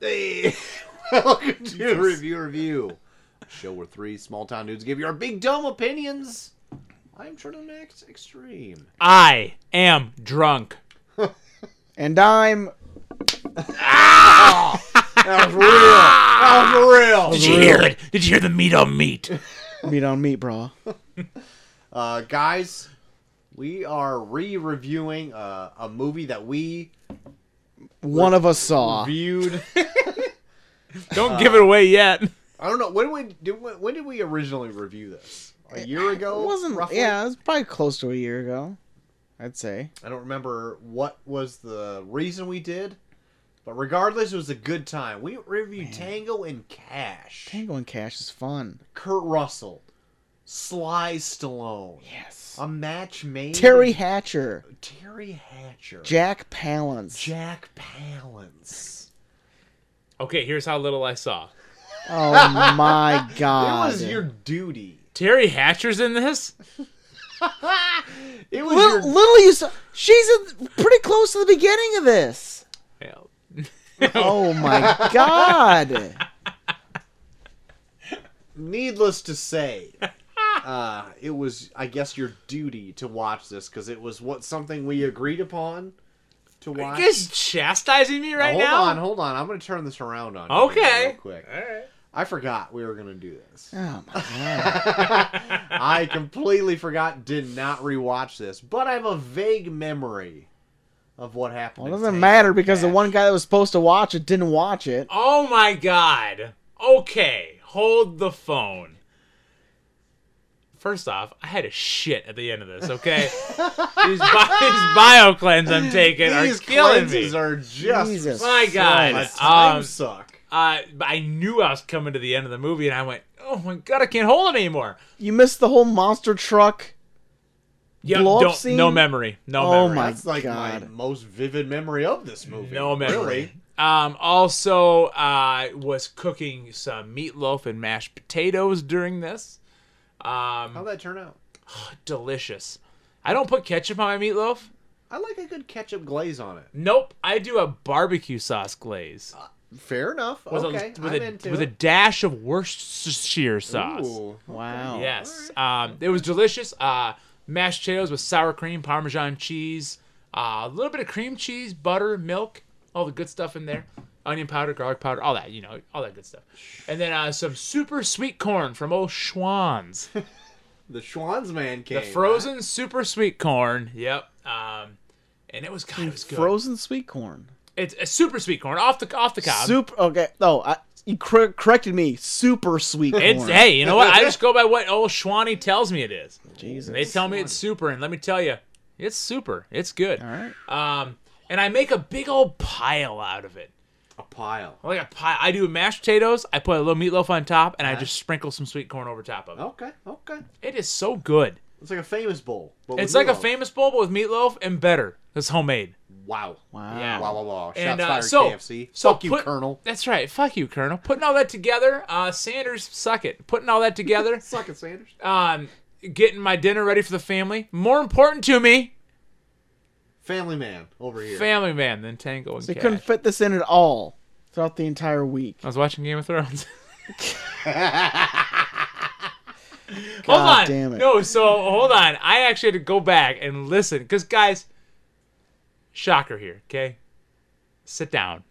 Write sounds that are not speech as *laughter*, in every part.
Hey, *laughs* welcome to Review Review, a show where three small town dudes give you our big dumb opinions. I'm Jordan Max Extreme. I am drunk. And I'm *laughs* That was real. That was real. Did you hear it? Did you hear the meat *laughs* on meat? *laughs* meat on meat, bro. Uh, guys, we are re-reviewing uh, a movie that we One of us *laughs* saw. viewed. Don't give it away yet. I don't know when did we did when, when did we originally review this? A year ago? It wasn't roughly? yeah, it was probably close to a year ago. I'd say. I don't remember what was the reason we did, but regardless, it was a good time. We reviewed Tango and Cash. Tango and Cash is fun. Kurt Russell, Sly Stallone, Yes. a match made. Terry Hatcher, Terry Hatcher, Jack Palance. Jack Palance. Okay, here's how little I saw. oh my *laughs* god. it was your duty. Terry Hatcher's in this? It was little, your. little you saw. She's in, pretty close to the beginning *laughs* of this. Hell. Oh my *laughs* god. Needless to *laughs* say, uh, it was I guess your duty to watch this because it was what something we agreed upon to You watch. guys chastising me right hold now? on, hold on. I'm gonna turn this around on you Okay. real quick. All right. I forgot we were gonna do this. Oh my god. I *laughs* completely forgot, did not rewatch this, but I have a vague memory of what happened. Well, it in doesn't Tango matter because the Cash. one guy that was supposed to watch it didn't watch it. Oh my god. Okay, hold the phone. First off, I had a shit at the end of this, *laughs* okay? these, bi- these bio cleanse I'm taking These are killing me. cleanses are just Jesus. My God. a Christ. time Um, suck. uh, but I knew I was coming to the end of the movie, and I went, "Oh my god, I can't hold it anymore." You missed the whole monster truck. Yeah, Blow-up don't, scene? no memory, no Oh memory, my That's like my God. most vivid memory of this movie. no memory. Really? Um, also, uh, was cooking some meatloaf and mashed potatoes during this. Um, How'd that turn out? delicious. I don't put ketchup on my meatloaf. I like a good ketchup glaze on it. Nope, I do a barbecue sauce glaze Fair enough. with Uh, okay, a with I'm a into with a it. dash of Worcestershire sauce. Ooh. Wow. Yes. Um, it was delicious. Uh, mashed potatoes with sour cream, Parmesan cheese, uh, a little bit of cream cheese, butter, milk, all the good stuff in there. Onion powder, garlic powder, all that, you know, all that good stuff. And then uh, some super sweet corn from old *laughs* Schwann's. The Schwanz man came. The frozen super sweet corn. Yep. Um, and it was God, it was good. Frozen sweet corn. It's a super sweet corn off the off the cob. Super. Okay. No, I, you cor- corrected me. Super sweet corn. it's hey, you know what? I *laughs* just go by what old Schwanny tells me it is. Jesus. They tell me it's super, and let me tell you, it's super. It's good. All right. Um, and I make a big old pile out of it. A pile. Like a pile. I do mashed potatoes. I put a little meatloaf on top, and I just sprinkle some sweet corn over top of it. Okay, okay. It is so good. It's like a famous bowl. but with It's like a meatloaf. famous bowl, but with meatloaf and better. It's homemade. Wow. Wow. Yeah. Wow, wow, wow. Shots And, uh, fired, so- KFC. so Fuck you, put- Colonel. That's right. Fuck you, Colonel. Putting all that together, uh, Sanders, suck it. Putting all that *laughs* together, Suck it, Sanders. um, getting my dinner ready for the family. More important to me, Family man over here. family man than Tango and They Cash. couldn't fit this in at all throughout the entire week. I was watching Game of *laughs* Thrones. *laughs* hold on. damn it. No, so hold on. I actually had to go back and listen because, guys, shocker here, okay? Sit down.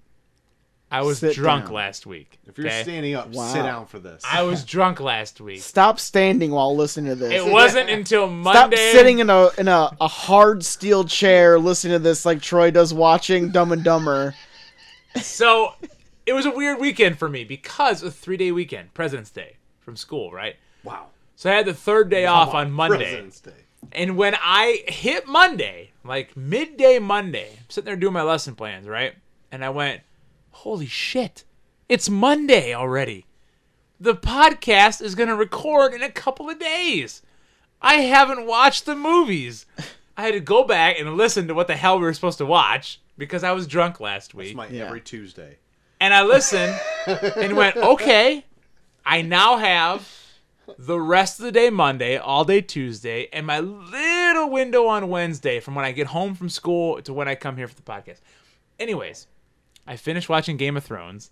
I was Sit drunk down. last week. if you're okay? standing up, Wow. sit down for this. I *laughs* was drunk last week. Stop standing while listening to this. It wasn't until Stop Monday. sitting in a in a, a hard steel chair listening to this like Troy does watching Dumb *laughs* and Dumber. So it was a weird weekend for me because a three day weekend, President's Day from school, right? wow. So I had the third day off on Monday. President's Day. And when I hit Monday, like midday Monday, I'm sitting there doing my lesson plans, right? And I went, holy shit, it's Monday already. The podcast is going to record in a couple of days. I haven't watched the movies. *laughs* I had to go back and listen to what the hell we were supposed to watch because I was drunk last week. It's my Yeah. every Tuesday. And I listened and went, okay, I now have the rest of the day Monday, all day Tuesday, and my little window on Wednesday from when I get home from school to when I come here for the podcast. Anyways, I finished watching Game of Thrones.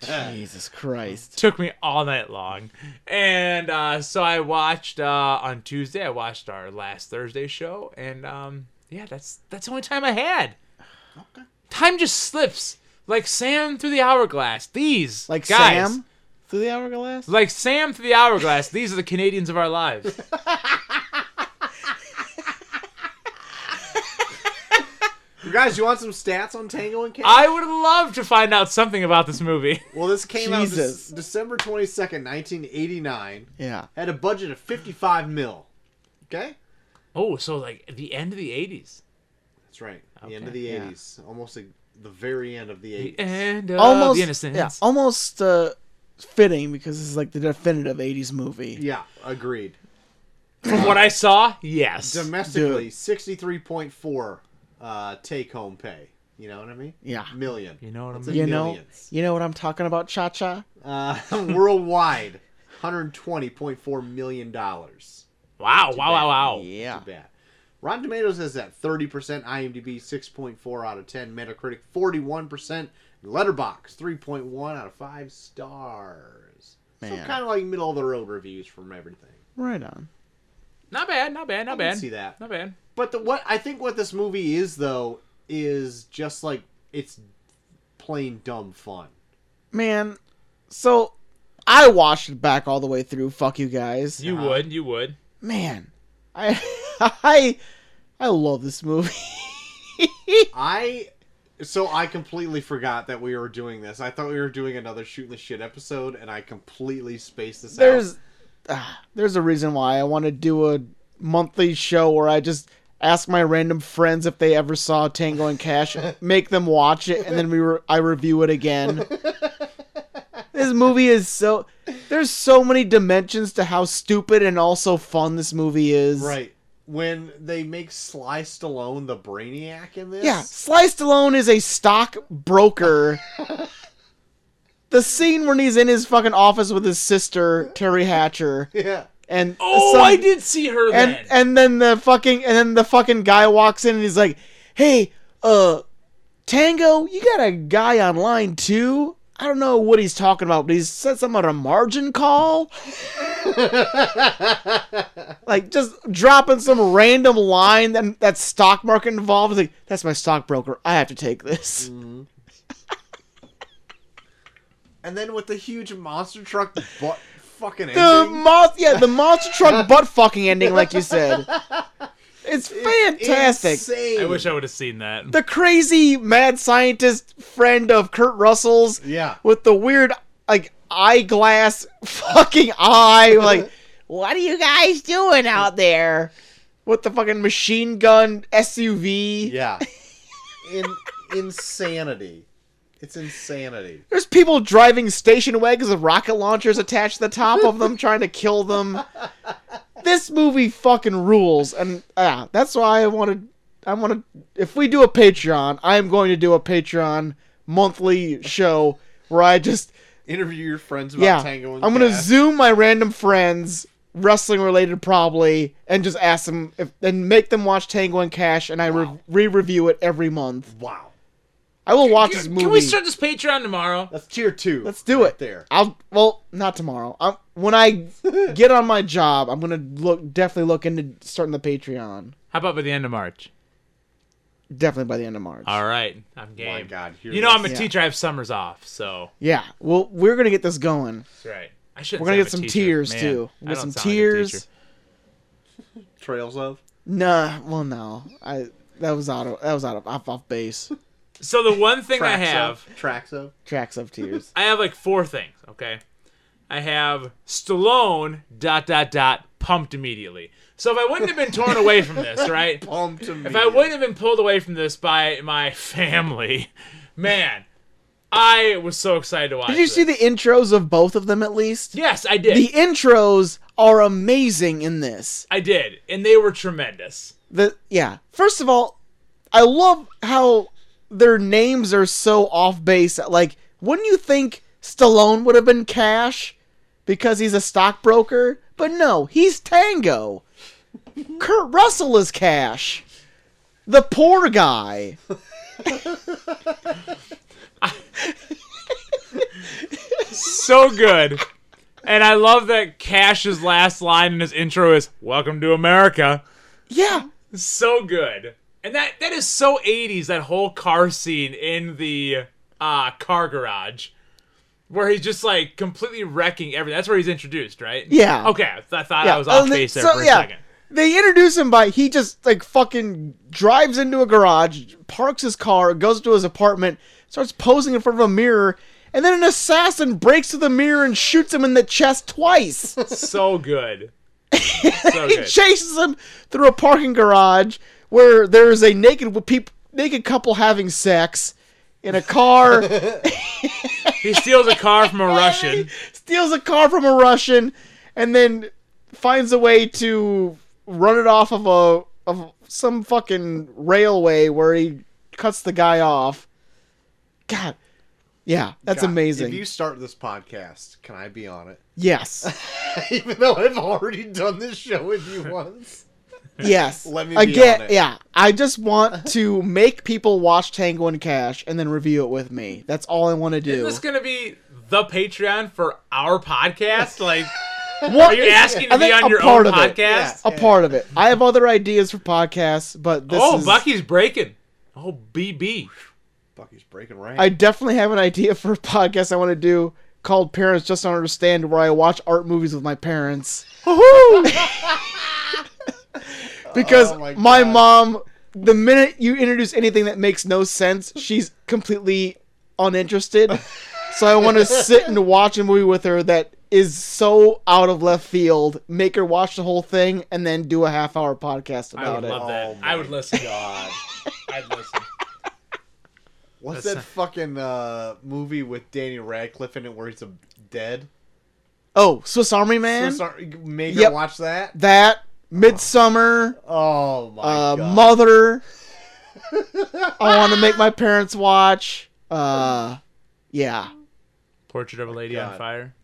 Jesus Christ. Took me all night long, and uh, so I watched uh, on Tuesday. I watched our last Thursday show, and um, yeah, that's that's the only time I had. Okay. Time just slips like Sam through the hourglass. These Like guys, Sam through the hourglass. like Sam through the hourglass. These are the Canadians of our lives. *laughs* You guys, you want some stats on Tango and Cash? I would love to find out something about this movie. *laughs* well, this came out Jesus. Dec- December 22nd, 1989. Yeah. Had a budget of 55 mil. Okay? Oh, so like at the end of the 80s. That's right. The end of Okay. the Yeah. 80s. Almost like the very end of the 80s. The end of Almost. the innocence. Yeah. Almost uh, fitting because it's like the definitive '80s movie. Yeah, agreed. From what I saw, yes. Domestically, 63.4 uh, take home pay. You know what I mean? Yeah. Million. You know what I That's mean? in You know. millions. You know what I'm talking about, Cha Cha. Uh, *laughs* worldwide, 120.4 million dollars. wow, wow, wow, wow. Yeah. Too bad. Rotten Tomatoes has that 30%, IMDb 6.4 out of 10, Metacritic 41%, Letterbox 3.1 out of 5 stars. So Man. kind of like middle of the road reviews from everything. Right on. Not bad, not bad, not I bad. can see that. Not bad. But the, what I think what this movie is though is just like it's plain dumb fun. Man. So, I watched it back all the way through. Fuck you guys. You would, you would. Man. I. *laughs* I. I love this movie. *laughs* I so I completely forgot that we were doing this. I thought we were doing another shooting the shit episode, and I completely spaced this there's out. ah, there's a reason why I want to do a monthly show where I just ask my random friends if they ever saw Tango and Cash, make them watch it, and then we re- I review it again. this movie is so there's so many dimensions to how stupid and also fun this movie is. Right when they make Sly Stallone the brainiac in this. Yeah, Sliced Alone is a stock *laughs* broker. the scene when he's in his fucking office with his sister Terry Hatcher, *laughs* yeah. and Oh, some- I did see her then. and and then the fucking and then the fucking guy walks in and he's like, "Hey, uh, Tango, you got a guy online too? I don't know what he's talking about, but he said something about a margin call, *laughs* like just dropping some random line that that stock market involved. He's like, that's my stockbroker. I have to take this. And then with the huge monster truck butt fucking The ending, monster, yeah, the monster truck butt fucking ending, like you said. It's fantastic. Insane. I wish I would have seen that. the crazy mad scientist friend of Kurt Russell's Yeah. with the weird like eyeglass *laughs* fucking eye like *laughs* what are you guys doing out there with the fucking machine gun SUV Yeah. *laughs* In insanity. It's insanity. there's people driving station wagons with rocket launchers attached to the top of them trying to kill them this movie fucking rules and ah, that's why i wanted i want to if we do a patreon i am going to do a patreon monthly show where i just Interview your friends about yeah Tango and i'm gonna Cash. zoom my random friends wrestling related probably and just ask them if and make them watch tango and cash and i Wow. re- review it every month Wow. i will watch this Can- movie Can we start this Patreon tomorrow? That's tier two. Let's do right it. there. I'll well, not tomorrow. I'm, when *laughs* I get on my job, I'm gonna look definitely look into starting the Patreon. How about by the end of March? Definitely by the end of March. All right, I'm game. My God, here you know I'm a Yeah. teacher. I have summers off, so Yeah. Well, we're gonna get this going. that's right. I should. We're gonna get some tears too. We'll get some tears. Trails of. Nah. Well, no. I that was out of that was out of off, off base. *laughs* so the one thing I Tracks have Of. Tracks of. Tracks of tears. I have like four things, okay? I have Stallone dot dot dot pumped immediately. So if I wouldn't have been torn away from this, *laughs* right? Palm to me. If I wouldn't have been pulled away from this by my *laughs* family, man, I was so excited to watch. Did you see the intros of both of them at least? Yes, I did. The intros are amazing in this. I did, and they were tremendous. the yeah. First of all, I love how their names are so off base. Like, wouldn't you think Stallone would have been Cash because he's a stockbroker? But no, he's Tango. Kurt Russell is Cash. The poor guy. so good. And I love that Cash's last line in his intro is "Welcome to America." Yeah. So good. And that that is so 80s that whole car scene in the uh car garage where he's just like completely wrecking everything. That's where he's introduced, right? Yeah. Okay, I th- I thought yeah. Oh, I was off And they- base there so, for a yeah, second. They introduce him by he just like fucking drives into a garage, parks his car, goes to his apartment, starts posing in front of a mirror, and then an assassin breaks through the mirror and shoots him in the chest twice. *laughs* So good. So he good. chases him through a parking garage where there is a naked w- peop- naked couple having sex in *laughs* a car. He steals a car from a Russian. steals a car from a Russian, and then finds a way to run it off of a of some fucking railway where he cuts the guy off. God, yeah, that's God, amazing. If you start this podcast, can I be on it? *laughs* Yes, Even though I've already done this show with you *laughs* once. yes. Let me be again. on it. Yeah, I just want to make people watch Tango and Cash and then review it with me. That's all I want to do. Is this gonna be the Patreon for our podcast? Like, What- are you asking I to be think on a your own part of it. podcast? Yeah. A part of it. I have other ideas for podcasts, but this Oh, is- Bucky's breaking. Oh, BB. Fuck, he's breaking rank. I definitely have an idea for a podcast I want to do called Parents Just Don't Understand, where I watch art movies with my parents. *laughs* because Oh my my, God. mom, the minute you introduce anything that makes no sense, she's completely uninterested. so I want to sit and watch a movie with her that is so out of left field, make her watch the whole thing, and then do a half hour podcast I about would it. love that. Oh I my would *laughs* listen. God. I'd listen. What's That's that fucking uh, movie with Daniel Radcliffe in it where he's a dead? Oh, Swiss Army Man? Swiss Ar- Oh. Make her Yep. watch that? that, Midsummer. Oh my uh, god. Mother. I want to make my parents watch. Uh, yeah, Portrait of a Lady on God. Fire.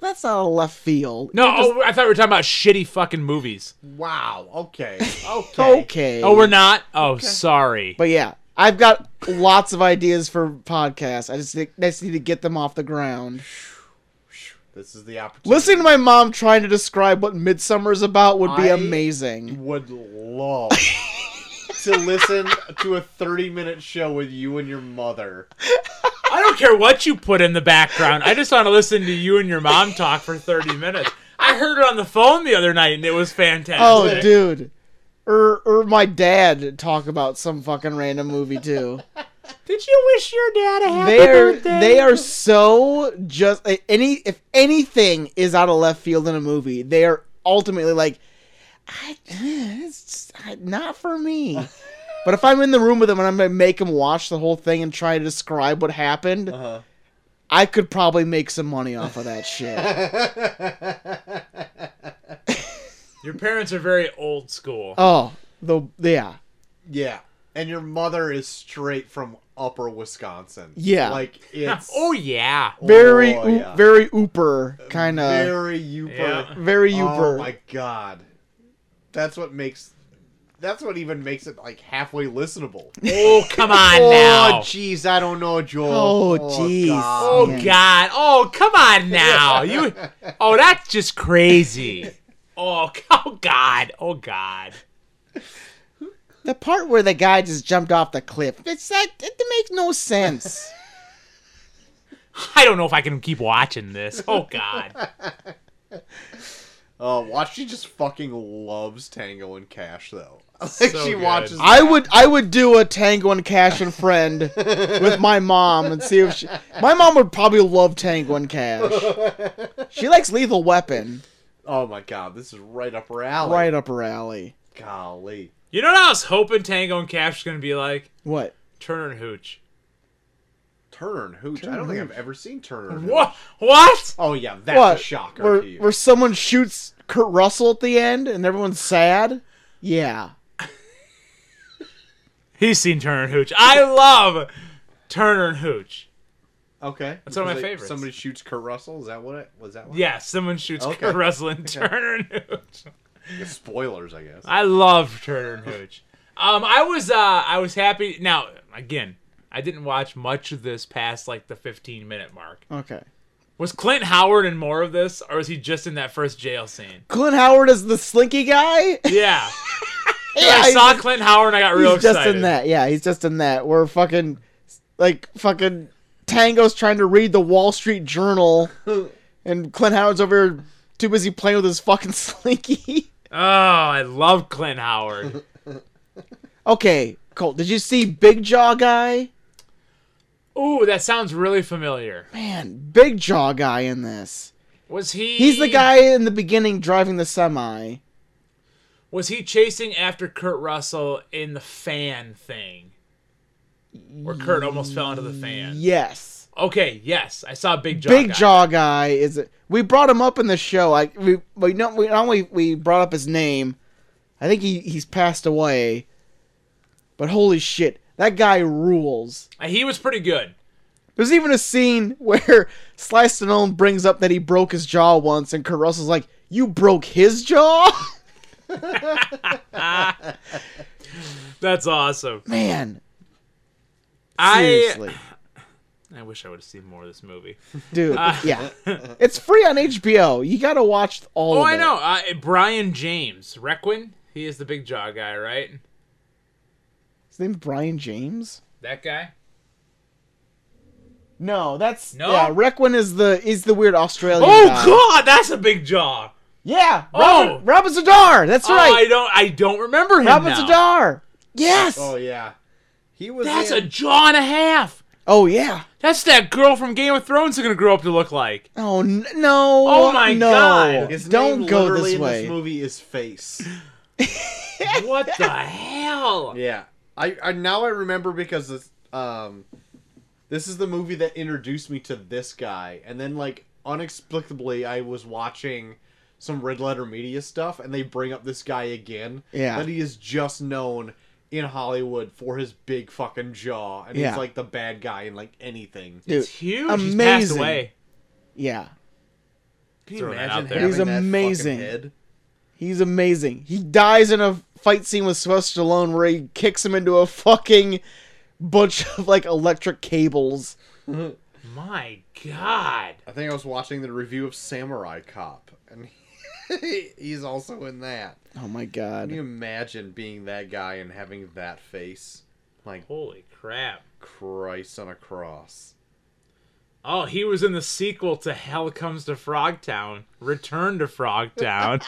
that's not a left field. No, oh, I thought we were talking about shitty fucking movies. wow. Okay. Okay. okay. Oh, we're not. Oh, sorry. But yeah, I've got lots of ideas for podcasts. I just think I just need to get them off the ground. This is the opportunity. Listening to my mom trying to describe what Midsummer is about would be I- amazing. would love to listen to a 30 minute show with you and your mother. *laughs* I don't care what you put in the background. I just want to listen to you and your mom talk for 30 minutes. I heard it on the phone the other night and it was *laughs* fantastic. Oh, dude. Or, or my dad talk about some fucking random movie too. Did you wish your dad a happy they're birthday? they are so just like, any if anything is out of left field in a movie they are ultimately like I, eh, it's not for *laughs* me but if i'm in the room with them and i'm gonna make them watch the whole thing and try to describe what happened Uh-huh. i could probably make some money off of that shit *laughs* Your parents are very old school. *laughs* oh the yeah yeah. And your mother is straight from upper Wisconsin. Yeah. Like Yeah. *laughs* it's oh yeah. very Oh, oo- yeah. very ooper kind of very Uber. Yeah. very Oh ooper my god. That's what makes that's what even makes it like halfway listenable. Oh come on oh now. jeez, I don't know, Joel. Oh, jeez. God. Oh man. god. Oh come *laughs* on now. You. Oh that's just crazy. Oh, *laughs* c- oh god. Oh god. The part where the guy just jumped off the cliff. It's that it, makes no sense. I don't know if I can keep watching this. Oh *laughs* god. Uh, watch, she just fucking loves Tango and Cash, though. *laughs* Like, So she good. watches. I would I would do a Tango and Cash and Friend with my mom and see if she, my mom would probably love Tango and Cash. She likes Lethal Weapon. oh my god, this is right up her alley. Right up her alley. Golly. You know what I was hoping Tango and Cash was gonna be like What? Turner and Hooch. Turner and Hooch. I don't Turner think and I've ever seen Turner and Hooch. What? What? Oh, yeah, that's what? a shocker Where, to you. where someone shoots Kurt Russell at the end and everyone's sad? Yeah. He's seen Turner and Hooch. I love Turner and Hooch. Okay. That's one of my Because, like, favorites. Somebody shoots Kurt Russell. Is that what it was? That one? Yeah, someone shoots Okay. Kurt Russell *laughs* and Turner and Hooch. Spoilers, I guess. I love Turner and Hooch. Um, I was uh, I was happy. Now again, I didn't watch much of this past like the 15 minute mark. Okay. Was Clint Howard in more of this, or was he just in that first jail scene? Clint Howard is the slinky guy. *laughs* Yeah, Yeah, I saw Clint Howard and I got real he's excited. just in that. Yeah, he's just in that. Where fucking, like fucking, Tango's trying to read the Wall *laughs* Street Journal, and Clint Howard's over here too busy playing with his fucking *laughs* slinky. Oh, I love Clint *laughs* Howard. okay, Colt, did you see Big Jaw guy? Ooh, that sounds really familiar. Man, Big Jaw guy in this. Was he? He's the guy in the beginning driving the semi. Was he chasing after Kurt Russell in the fan thing? Where Kurt almost fell into the fan. Yes. Okay, yes, I saw Big Jaw. Big guy. Jaw guy is we brought him up in the show. I we we not we not only we brought up his name. I think he he's passed away. But holy shit, that guy rules. Uh, He was pretty good. There's even a scene *laughs* where Sly Stallone brings up that he broke his jaw once, and Kurt Russell's like, "You broke his jaw." *laughs* That's awesome. Man, I seriously, I wish I would have seen more of this movie. dude, *laughs* yeah, it's free on HBO. You gotta watch all. Oh, of I it. know. Uh, Brian James Requin. He is the Big Jaw guy, right? His name's Brian James. That guy. No, that's No? Yeah, Requin is the is the weird Australian. Oh guy. God, that's a Big Jaw. Yeah. Oh. Robin, Robin Zadar. That's Oh, I right. don't. I don't remember him Robin now. Zadar. Yes. Oh yeah, he was. That's a in- jaw and a half. Oh yeah. That's that girl from Game of Thrones is gonna grow up to look *laughs* like. Oh n- no. Oh, my no. God. His don't name go literally this in way. This movie is face. What the hell? Yeah, I, I now I remember because this um, this is the movie that introduced me to this guy, and then like unexplicably I was watching some Red Letter Media stuff, and they bring up this guy again. Yeah. that he is just known in Hollywood for his big fucking jaw, and Yeah. he's like the bad guy in like anything. Dude, It's huge. He's passed Amazing. away. Yeah. Can you Throw that imagine out that? there. He's having that fucking amazing. head. He's amazing. He dies in a fight scene with Sylvester Stallone where he kicks him into a fucking bunch of like electric cables. My God. I think I was watching the review of Samurai Cop, and *laughs* he's also in that. Oh my god. Can you imagine being that guy and having that face? Like Holy crap. Christ on a cross. Oh, he was in the sequel to Hell Comes to Frogtown, Return to *laughs* Frogtown.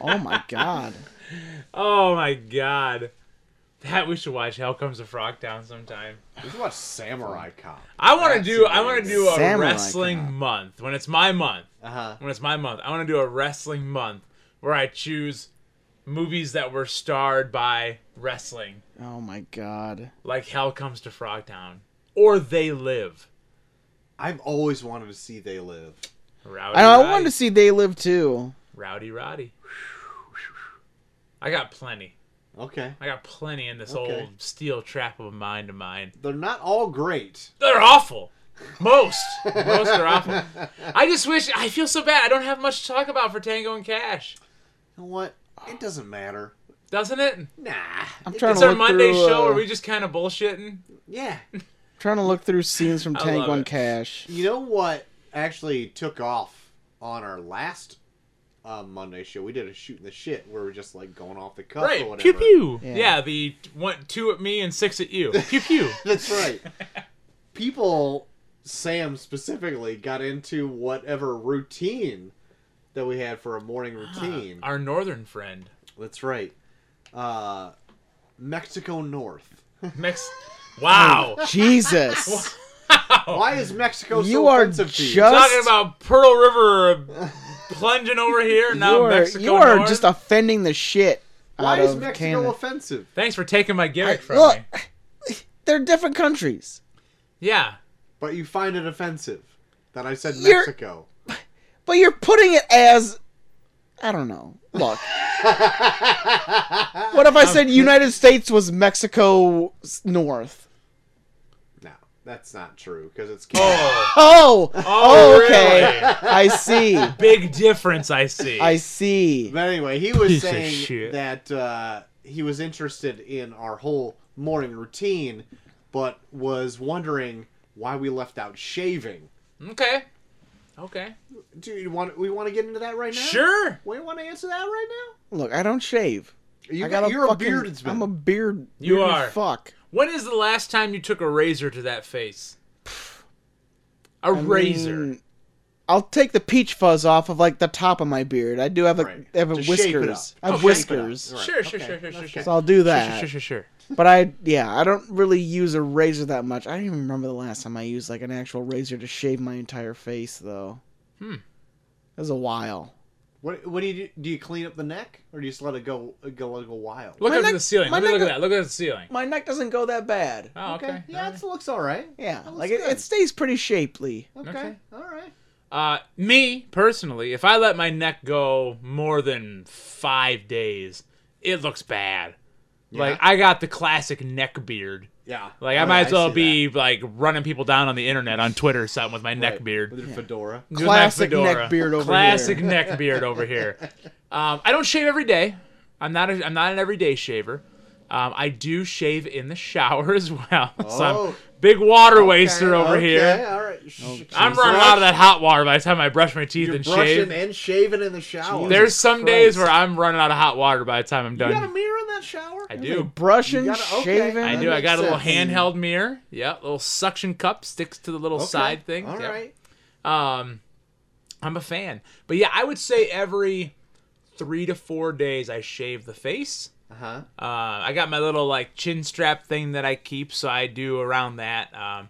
Oh my god. oh my God. That we should watch Hell Comes to Frogtown sometime. This is what Samurai Cop. I want to That's do. I want to amazing. do a Samurai wrestling Cop. month when it's my month. Uh huh. When it's my month, I want to do a wrestling month where I choose movies that were starred by wrestling, Oh my *laughs* god. like Hell Comes to Frogtown or They Live. I've always wanted to see They Live. Rowdy I, I Roddy. wanted to see They Live too. Rowdy Roddy. I got plenty. Okay. I got plenty in this Okay. old steel trap of a mind of mine. They're not all great. They're awful. Most. Most are awful. I just wish I feel so bad. I don't have much to talk about for Tango and Cash. You know what? It doesn't matter. Doesn't it? Nah. I'm It trying It's to our look Monday through, show. uh, Are we just kind of bullshitting? Yeah. Trying to look through scenes from I Tango love and it. Cash. *laughs* You know what actually took off on our last uh, Monday show? We did a shoot in the shit where we're just like going off the cuff or Right. whatever. Pew pew. Yeah. Yeah. the one, two at me and six at you. Pew pew. *laughs* That's right. People, Sam specifically, got into whatever routine that we had for a morning routine. Our northern friend. That's right. Uh, Mexico North. Mex. Wow. Jesus. Why is Mexico so You are offensive to you? just- Talking about Pearl River plunging over here. Now you are, Mexico you are North. just offending the shit Why out is of Mexico Canada. offensive? Thanks for taking my gimmick from Look, me. *laughs* they're different countries. Yeah. But you find it offensive that I said You're- Mexico. But you're putting it as I don't know. *laughs* Look. what if I said United States was Mexico s- North? No, that's not true because it's Oh, Oh, Oh, okay. *laughs* really? *laughs* I see. big difference I see. I see. But anyway, he was Piece of saying shit. that uh, he was interested in our whole morning routine, but was wondering why we left out shaving. Okay. Okay. Do you want we want to get into that right now? Sure. We want to answer that right Look, I don't shave. now. You I got, got, a you're fucking, a bearded man. I'm a beard. You bearded are. Fuck. When is the last time you took a razor to that face? *sighs* A I razor. mean, I'll take the peach fuzz off of like the top of my beard. I do have a Right. I have a To shape it whiskers. up. I have To shape it up. whiskers. Right. Sure, sure, Okay. sure, sure, sure, Okay. sure. So I'll do Sure, that. sure, sure, sure. But I yeah, I don't really use a razor that much. I don't even remember the last time I used like an actual razor to shave my entire face though. Hmm. It was a while. what what do you do? Do you clean up the neck or do you just let it go go let it go wild? Look My up neck- at the ceiling. my Let me look neck- at that. Look at the ceiling. My neck doesn't go that bad. Oh, okay. Yeah, All it looks all right. Yeah, That like it, looks it good. stays pretty shapely. Okay. Okay. All right. Uh, me personally, if I let my neck go more than five days, it looks bad. Like Yeah. I got the classic neck beard. Yeah. Like Oh, I might yeah, as well see be like running people down on the internet on Twitter or something with my that. neck Right. beard. With your fedora. With my Classic fedora. neck beard over Classic here. neck beard *laughs* over here. Um, I don't shave every day. I'm not. A, I'm not an everyday shaver. Um, I do shave in the shower as *laughs* well. so I'm Oh. big water waster over okay, here. All right. Oh, Sh- sh- I'm running out of that hot water by the time I brush my teeth You're and brushing shave. and shaving in the shower. There's some days Christ. where I'm running out of hot water by the time I'm you got a done. mirror in that shower. I Like do. brushing, You gotta- okay. shaving. I that do. I makes got a little sense. handheld mirror. Yeah, little suction cup sticks to the little side thing. All Yep. right. Um, I'm a fan, but yeah, I would say every three to four days I shave the face. Uh huh. Uh, I got my little like chin strap thing that I keep, so I do around that. Um,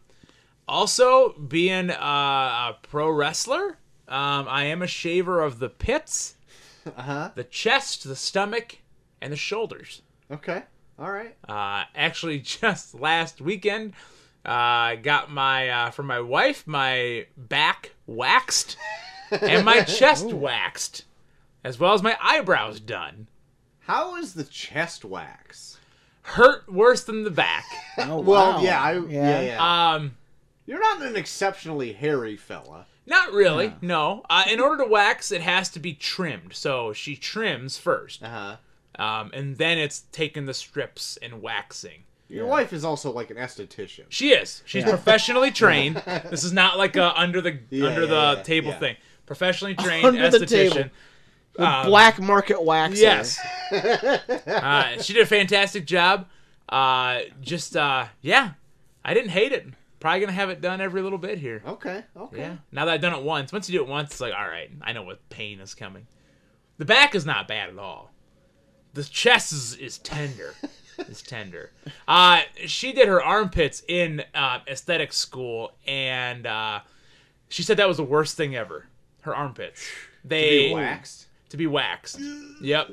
also, being uh, a pro wrestler, um, I am a shaver of *laughs* the pits, Uh huh. the chest, the stomach, and the shoulders. Okay. All right. Uh, actually, *laughs* just last weekend, uh, I got my uh, from my wife my back waxed and my chest waxed, as well as my eyebrows done. How is the chest wax? Hurt worse than the back. Oh, wow. Well, yeah, I, yeah, yeah. Um, You're not an exceptionally hairy fella. not really. No. Uh, in order to wax, it has to be trimmed. So she trims first, Uh huh. um, and then it's taking the strips and waxing. Your wife is also like an esthetician. She is. She's professionally trained. This is not like a under the Yeah, under yeah, the yeah, table yeah. thing. Professionally trained Under the esthetician. Uh, table. The black market wax. um, Yes. *laughs* uh, she did a fantastic job. Uh, just uh, yeah, I didn't hate it. Probably gonna have it done every little bit here. Okay. Okay. Yeah. Now that I've done it once, once you do it once, it's like all right, I know what pain is coming. The back is not bad at all. The chest is, is tender. is tender. Uh, she did her armpits in uh, aesthetic school, and uh, she said that was the worst thing ever. Her armpits. They Be waxed. *laughs* to be waxed. Yep.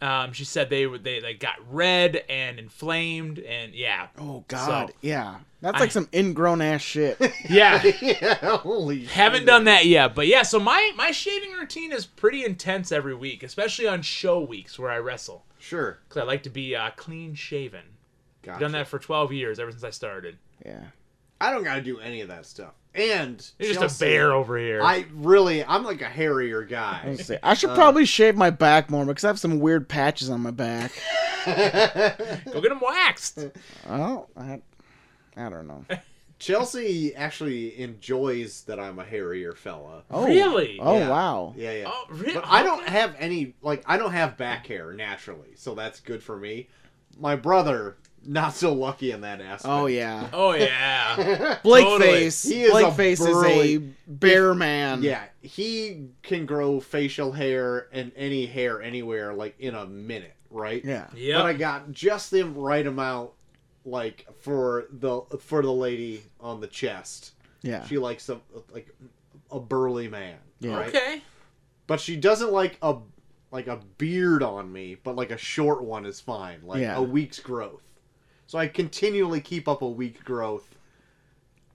Um, she said they would they like got red and inflamed and yeah. Oh God. So- yeah. That's like I- some ingrown ass shit. Yeah. yeah. Holy. Haven't shit. done that yet, but yeah, so my my shaving routine is pretty intense every week, especially on show weeks where I wrestle Sure. cuz I like to be uh, clean shaven. Gotcha. I've done that for 12 years ever since I started. yeah. I don't gotta do any of that stuff. And You're just Chelsea, a bear over here. I really, I'm like a hairier I *laughs* guy. *laughs* was gonna say, I should probably shave my back more because I have some weird patches on my back. Go get them waxed. Oh, I, I don't know. Chelsea actually enjoys that I'm a hairier fella. Oh, *laughs* Really? Oh Yeah. wow. Yeah, yeah. Oh, really? But I don't have any like I don't have back hair naturally, so that's good for me. My brother not so lucky in that aspect. Oh yeah. *laughs* Oh yeah. Blake Totally. face. He is a Blake face burly- is a bear man. Yeah, he can grow facial hair and any hair anywhere like in a minute, right? Yeah. Yep. But I got just the right amount like for the for the lady on the chest. Yeah. She likes a like a burly man. Yeah. right? Okay. but she doesn't like a like a beard on me, but like a short one is fine, like Yeah. a week's growth. So I continually keep up a week growth.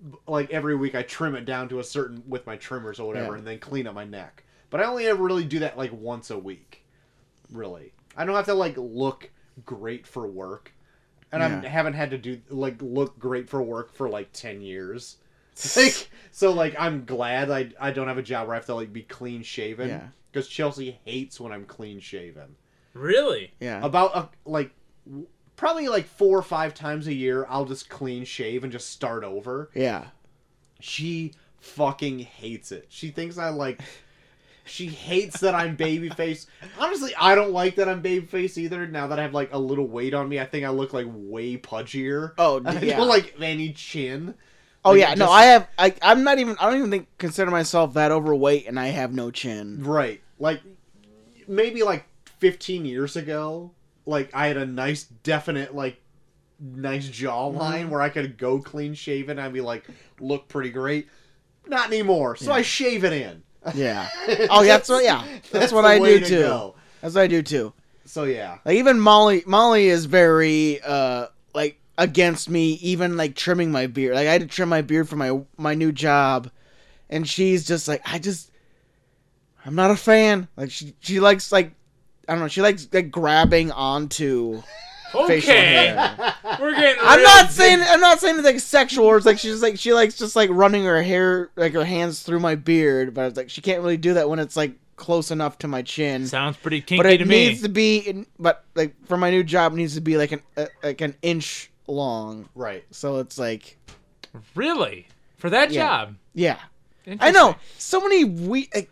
B- Like every week, I trim it down to a certain with my trimmers or whatever, Yeah. and then clean up my neck. But I only ever really do that like once a week. Really, I don't have to like look great for work, and I Yeah. haven't had to do like look great for work for like ten years. *laughs* Like so, like I'm glad I I don't have a job where I have to like be clean shaven. Yeah. Because Chelsea hates when I'm clean shaven. Really? Yeah. About a, like w- probably like four or five times a year, I'll just clean shave and just start over. Yeah. She fucking hates it. She thinks I *laughs* like. She hates that I'm babyface. Honestly, I don't like that I'm babyface either. Now that I have like a little weight on me, I think I look like way pudgier. *laughs* Oh, I yeah. don't like any chin. Oh Like, yeah, no, just- I have. I, I'm not even. I don't even think consider myself that overweight, and I have no chin. Right. Like maybe like 15 years ago, like I had a nice definite like nice Mm-hmm. jawline where I could go clean shaven I'd be like look pretty great. Not anymore. So I shave it in. Yeah. Oh, that's *laughs* what. Yeah, that's what the I way do to too. go. *laughs* That's what I do too. So yeah. Like even Molly, Molly is very uh like against me. Even like trimming my beard. Like I had to trim my beard for my my new job, and she's just like, I just, I'm not a fan. Like she she likes like, I don't know. She likes like grabbing onto. facial Okay, *laughs* hair. we're getting. I'm real not deep. saying I'm not saying it's like sexual. Or it's like she's like she likes just like running her hair like her hands through my beard, but it's like she can't really do that when it's like close enough to my chin. Sounds pretty But kinky it to me. needs to be, in, but like for my new job, it needs to be like an uh, like an inch long. Right. So it's like Really, for that Yeah. job. yeah, I know Interesting. so many we like,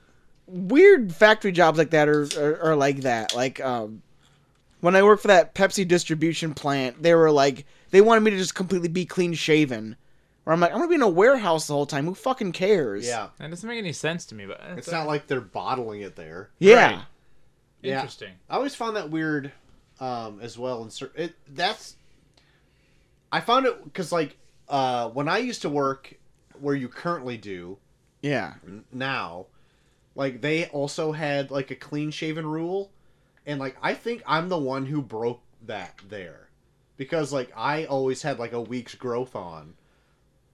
weird factory jobs like that are, are are like that. Like um, when I worked for that Pepsi distribution plant, they were like they wanted me to just completely be clean shaven. Where I'm like, I'm gonna be in a warehouse the whole time. Who fucking cares? Yeah. That doesn't make any sense to me, but It's not like they're bottling it there. yeah. Right. Yeah. interesting. I always found that weird um, as well. And cer- it, that's I found it because like uh, when I used to work where you currently do Yeah. n- now, like they also had like a clean shaven rule, and like I think I'm the one who broke that there because like I always had like a week's growth on,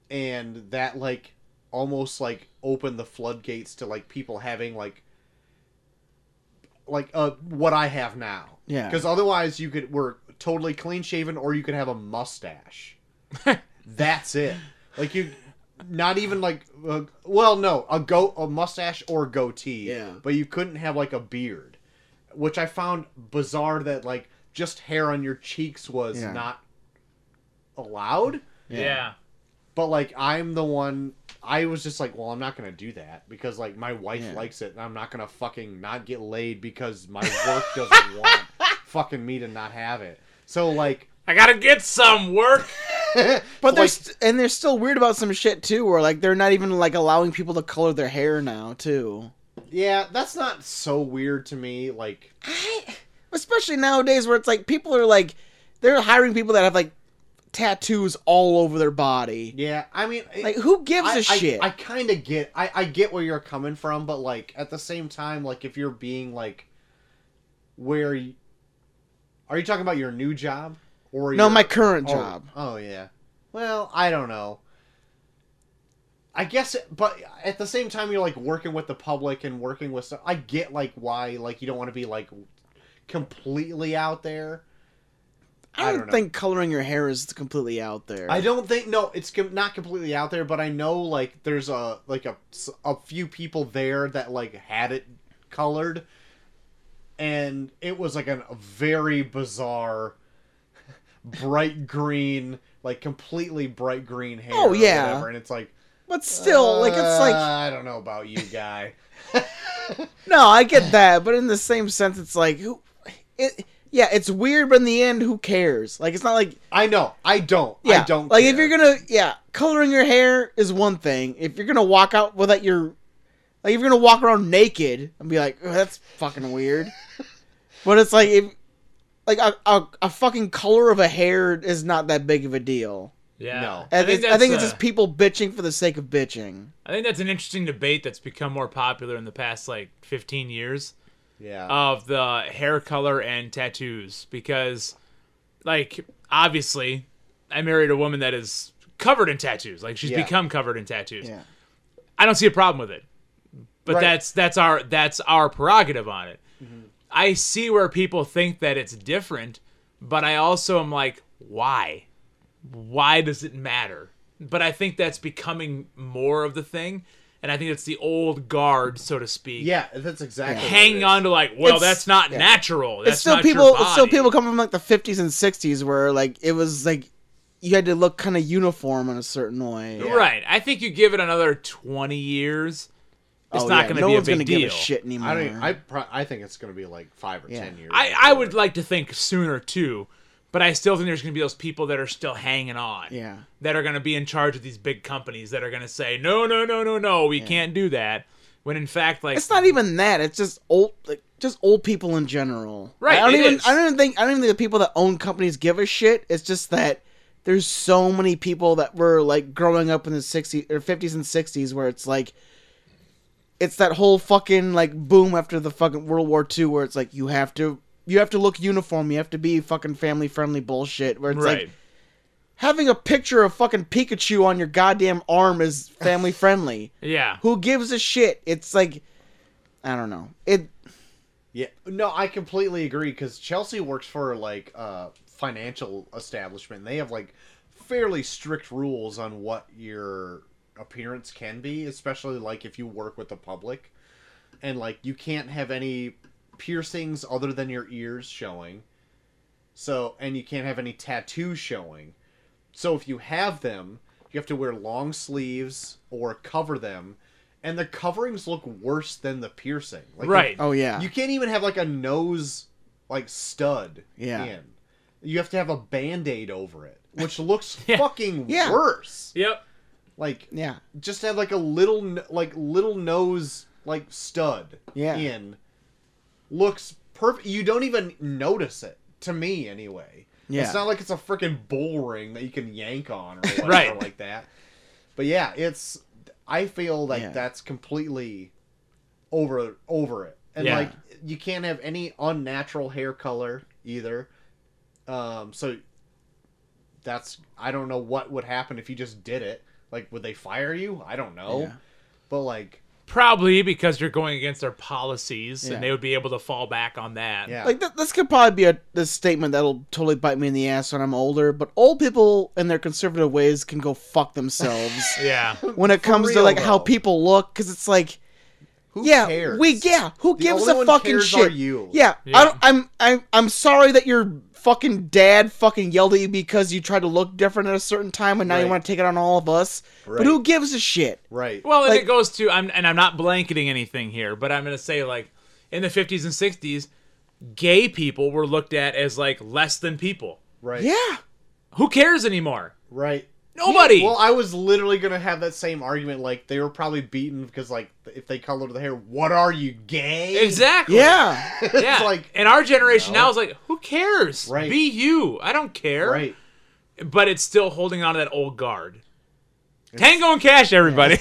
and that like almost like opened the floodgates to like people having like like uh what I have now. Yeah. Because otherwise, you could were totally clean shaven, or you could have a mustache. That's it. Like you, not even like, uh, well, no, a go a mustache or goatee. Yeah. But you couldn't have like a beard, which I found bizarre. That like just hair on your cheeks was Yeah. not allowed. Yeah. But like I'm the one. I was just like, well, I'm not gonna do that because like my wife Yeah. likes it, and I'm not gonna fucking not get laid because my work *laughs* doesn't want fucking me to not have it. So like, I gotta get some work. But like, there's st- and they're still weird about some shit too, where like they're not even like allowing people to color their hair now too. yeah, that's not so weird to me. Like, Especially nowadays, where it's like people are like they're hiring people that have like tattoos all over their body. yeah, I mean, it- Like who gives a I, I- shit? I, kind of get, I, I get where you're coming from, but like at the same time, like if you're being like, where, y- are you talking about your new job or no, your- my current oh, job. Oh yeah. Well, I don't know. I guess, it, but at the same time, you're like working with the public and working with stuff. I get like why like you don't want to be like completely out there. I I don't, don't know. think coloring your hair is completely out there. I don't think no, it's com- not completely out there, but I know like there's a like a s- a few people there that like had it colored, and it was like an- a very bizarre, *laughs* bright green, like completely bright green hair. Oh, or yeah. whatever, and it's like but still, like it's "Uh, like I don't know about you, guy. no, I get that, but in the same sense, it's like who, it yeah, it's weird, but in the end, who cares? Like it's not like I know, I don't, I Yeah, don't. like if care. you're gonna yeah, coloring your hair is one thing. If you're gonna walk out without your like if you're gonna walk around naked and be like, oh, that's fucking weird. but it's like if like a, a a fucking color of a hair is not that big of a deal. Yeah. No. I think, I think that's, it's just uh, people bitching for the sake of bitching. I think that's an interesting debate that's become more popular in the past like 15 years yeah, of the hair color and tattoos because like obviously I married a woman that is covered in tattoos. Like she's Yeah. become covered in tattoos. Yeah. I don't see a problem with it. But Right. that's that's our that's our prerogative on it. Mm-hmm. I see where people think that it's different, but I also am like, why? Why does it matter? But I think that's becoming more of the thing. And and I think it's the old guard, so to speak. Yeah, that's exactly. what it Hanging is. on to like, well, It's- that's not yeah. natural. That's it's still not people. Your It's still body." people coming from like the fifties and sixties where like it was like you had to look kind of uniform in a certain way. Yeah. Right. I think you give it another twenty years. It's Oh, not yeah, going to no be a one's big gonna deal. give a shit anymore. I don't. Even, I pro- I think it's gonna be like five or Yeah. ten years. I, I would before. like to think sooner too, but I still think there's going to be those people that are still hanging on. yeah. That are going to be in charge of these big companies that are going to say, no, no, no, no, no, we can't do that. When in fact, like, It's not even that. It's just old, like just old people in general. Right, I don't it even. is. I don't even think. I don't even think the people that own companies give a shit. It's just that there's so many people that were like growing up in the '60s or '50s and '60s where it's like. It's that whole fucking like boom after the fucking World War II where it's like you have to you have to look uniform, you have to be fucking family friendly bullshit where it's right. like having a picture of fucking Pikachu on your goddamn arm is family friendly. yeah. Who gives a shit? It's like, I don't know. It Yeah. No, I completely agree because Chelsea works for like a financial establishment. and They have like fairly strict rules on what your appearance can be, especially like if you work with the public, and like you can't have any piercings other than your ears showing. So and you can't have any tattoos showing. So if you have them, you have to wear long sleeves or cover them. And the coverings look worse than the piercing. Like you- Right. oh yeah you can't even have like a nose like stud Yeah. in. You have to have a band-aid over it, *laughs* which looks Yeah. fucking Yeah. worse. Yep. Like yeah just have like a little n- like little nose like stud Yeah. in looks perfect. You don't even notice it to me anyway. Yeah. It's not like it's a freaking bull ring that you can yank *laughs* on or whatever Right. like that. But yeah, it's I feel like Yeah. that's completely over over it. And Yeah. like you can't have any unnatural hair color either. Um so that's I don't know what would happen if you just did it. Like would they fire you? I don't know. Yeah. But like Probably because you're going against their policies, Yeah. and they would be able to fall back on that. yeah. like th- this could probably be a this statement that'll totally bite me in the ass when I'm older. But old people and their conservative ways can go *laughs* fuck themselves Yeah. when it comes to real, like how though. people look because it's like who yeah cares? we yeah who The gives only a one fucking cares shit Are you. yeah, Yeah. I don't, I'm I'm I'm sorry that your fucking dad fucking yelled at you because you tried to look different at a certain time and now you Right. want to take it on all of us. Right. But who gives a shit? Right. Well, and Like- it goes to I'm and I'm not blanketing anything here, but I'm gonna say like in the 50s and 60s, gay people were looked at as like less than people. right. Yeah. Who cares anymore? Right. Nobody. Well, I was literally gonna have that same argument. Like they were probably beaten because, like, if they colored the hair, what are you gay? exactly. Yeah. it's *laughs* Yeah. like in our generation no. now is like, who cares? Right. Be you. I don't care. right. *laughs* But it's still holding on to that old guard. Tango and Cash, everybody.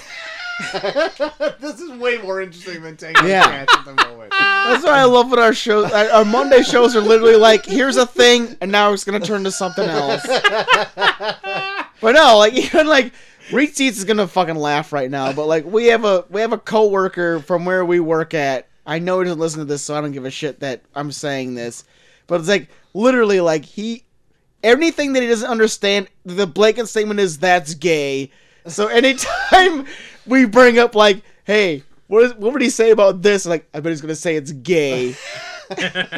this is way more interesting than taking Yeah. a chance at the moment. That's why I love when our shows, our our Monday shows are literally like, here's a thing, and now it's gonna turn to something else. but no, like even like Reed Seats is gonna fucking laugh right now. But like we have a we have a coworker from where we work at. I know he doesn't listen to this, so I don't give a shit that I'm saying this. But it's like literally like he anything that he doesn't understand, the blanket statement is that's gay. So anytime *laughs* we bring up like, hey, what, is, what would he say about this? Like, I bet he's gonna say it's gay.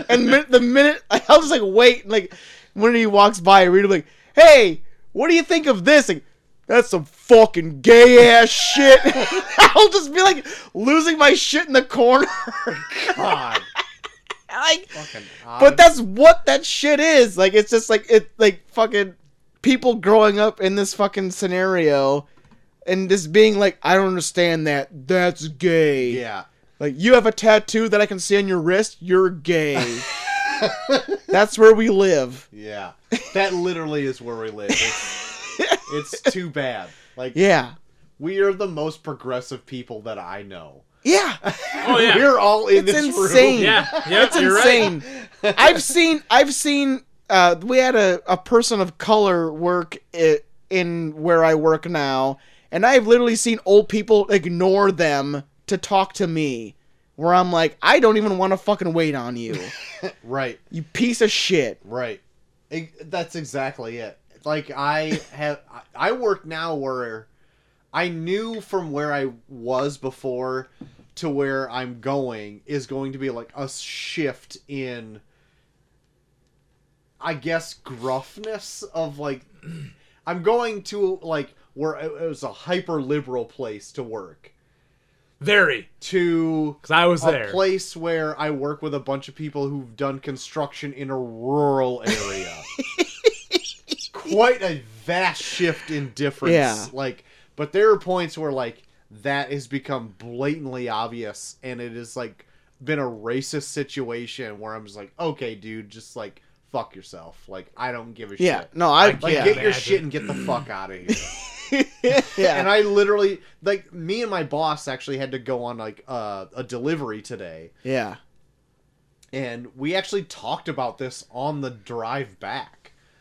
and min- the minute *laughs* I was just like, wait, and, like when he walks by, I read him like, hey, what do you think of this? Like, that's some fucking gay ass shit. *laughs* I'll just be like losing my shit in the corner. *laughs* God, like, fucking. but that's what that shit is. Like it's just like it like fucking people growing up in this fucking scenario and just being like, I don't understand that. That's gay. yeah. Like you have a tattoo that I can see on your wrist, you're gay. That's where we live. Yeah. That literally is where we live. It's, *laughs* it's too bad. Like Yeah. we are the most progressive people that I know. Yeah. *laughs* oh yeah. We're all in It's this insane. room. yeah. Yeah. It's you're Right. insane. I've seen I've seen uh, we had a, a person of color work i in where I work now, and I've literally seen old people ignore them to talk to me, where I'm like, I don't even want to fucking wait on you, Right. you piece of shit. Right. *laughs* It, that's exactly it. Like I have, I- I work now where I knew from where I was before to where I'm going is going to be like a shift in I guess gruffness of like *clears throat* I'm going to like where it it was a hyper liberal place to work Very. to Because I was a there. place where I work with a bunch of people who've done construction in a rural *laughs* area. Quite a vast shift in difference. Yeah. Like, but there are points where like that has become blatantly obvious, and it is like been a racist situation where I'm just like, okay, dude, just like fuck yourself. Like, I don't give a Yeah. shit. No, I Like, yeah. get your Imagine. shit and get the fuck out of here *laughs* yeah. and I literally like me and my boss actually had to go on like uh, a delivery today, yeah. and we actually talked about this on the drive back.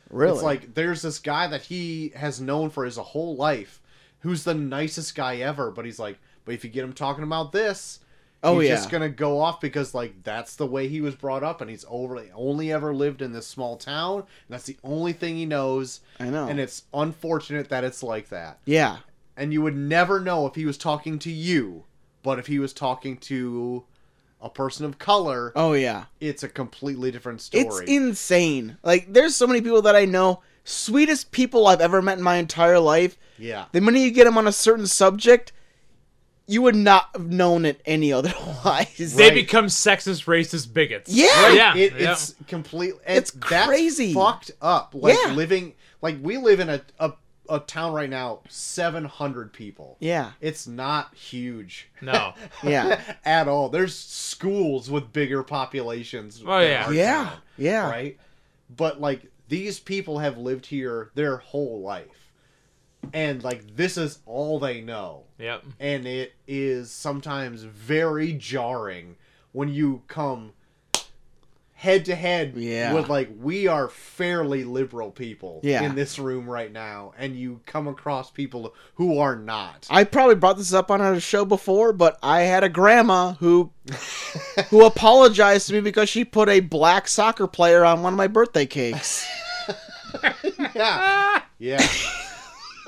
Really? It's like there's this guy that he has known for his whole life, who's the nicest guy ever, but he's like, but if you get him talking about this. Oh, he's yeah. just gonna go off because like that's the way he was brought up, and he's overly only ever lived in this small town. And that's the only thing he knows, I know. and it's unfortunate that it's like that yeah. and you would never know if he was talking to you, but if he was talking to a person of color, Oh yeah. it's a completely different story. It's insane. Like there's so many people that I know, sweetest people I've ever met in my entire life. yeah. The minute you get them on a certain subject, you would not have known it any otherwise. They Right. become sexist, racist bigots. Yeah. Right? yeah, It, yeah. It's complete. It's that's crazy. fucked up. Like Yeah. living, like we live in a, a a town right now, seven hundred people. Yeah. It's not huge no. *laughs* Yeah. at all. There's schools with bigger populations. Oh, than yeah. our yeah. town. Yeah. right? But like these people have lived here their whole life, and like this is all they know, *laughs* Yep. and it is sometimes very jarring when you come head to head Yeah. with like we are fairly liberal people Yeah. in this room right now, and you come across people who are *laughs* not. I probably brought this up on our show before, but I had a *laughs* grandma who who apologized to me because she put a black soccer player on one of my *laughs* birthday cakes. yeah, yeah,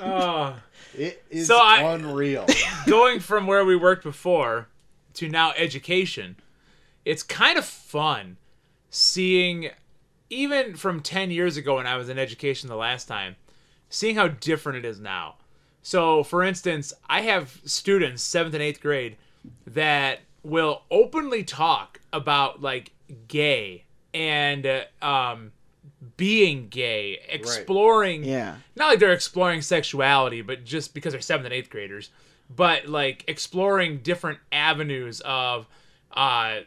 Ah. Oh. it is So I- *laughs* unreal. going from where we worked before to now education, it's kind of fun seeing, even from 10 years ago when I was in education the last time, seeing how different it is now. So, for instance, I have students, seventh and eighth grade, that will openly talk about like gay and uh, um, being gay, exploring Yeah. not like they're exploring sexuality, but just because they're seventh and eighth graders, but like exploring different avenues of, uh,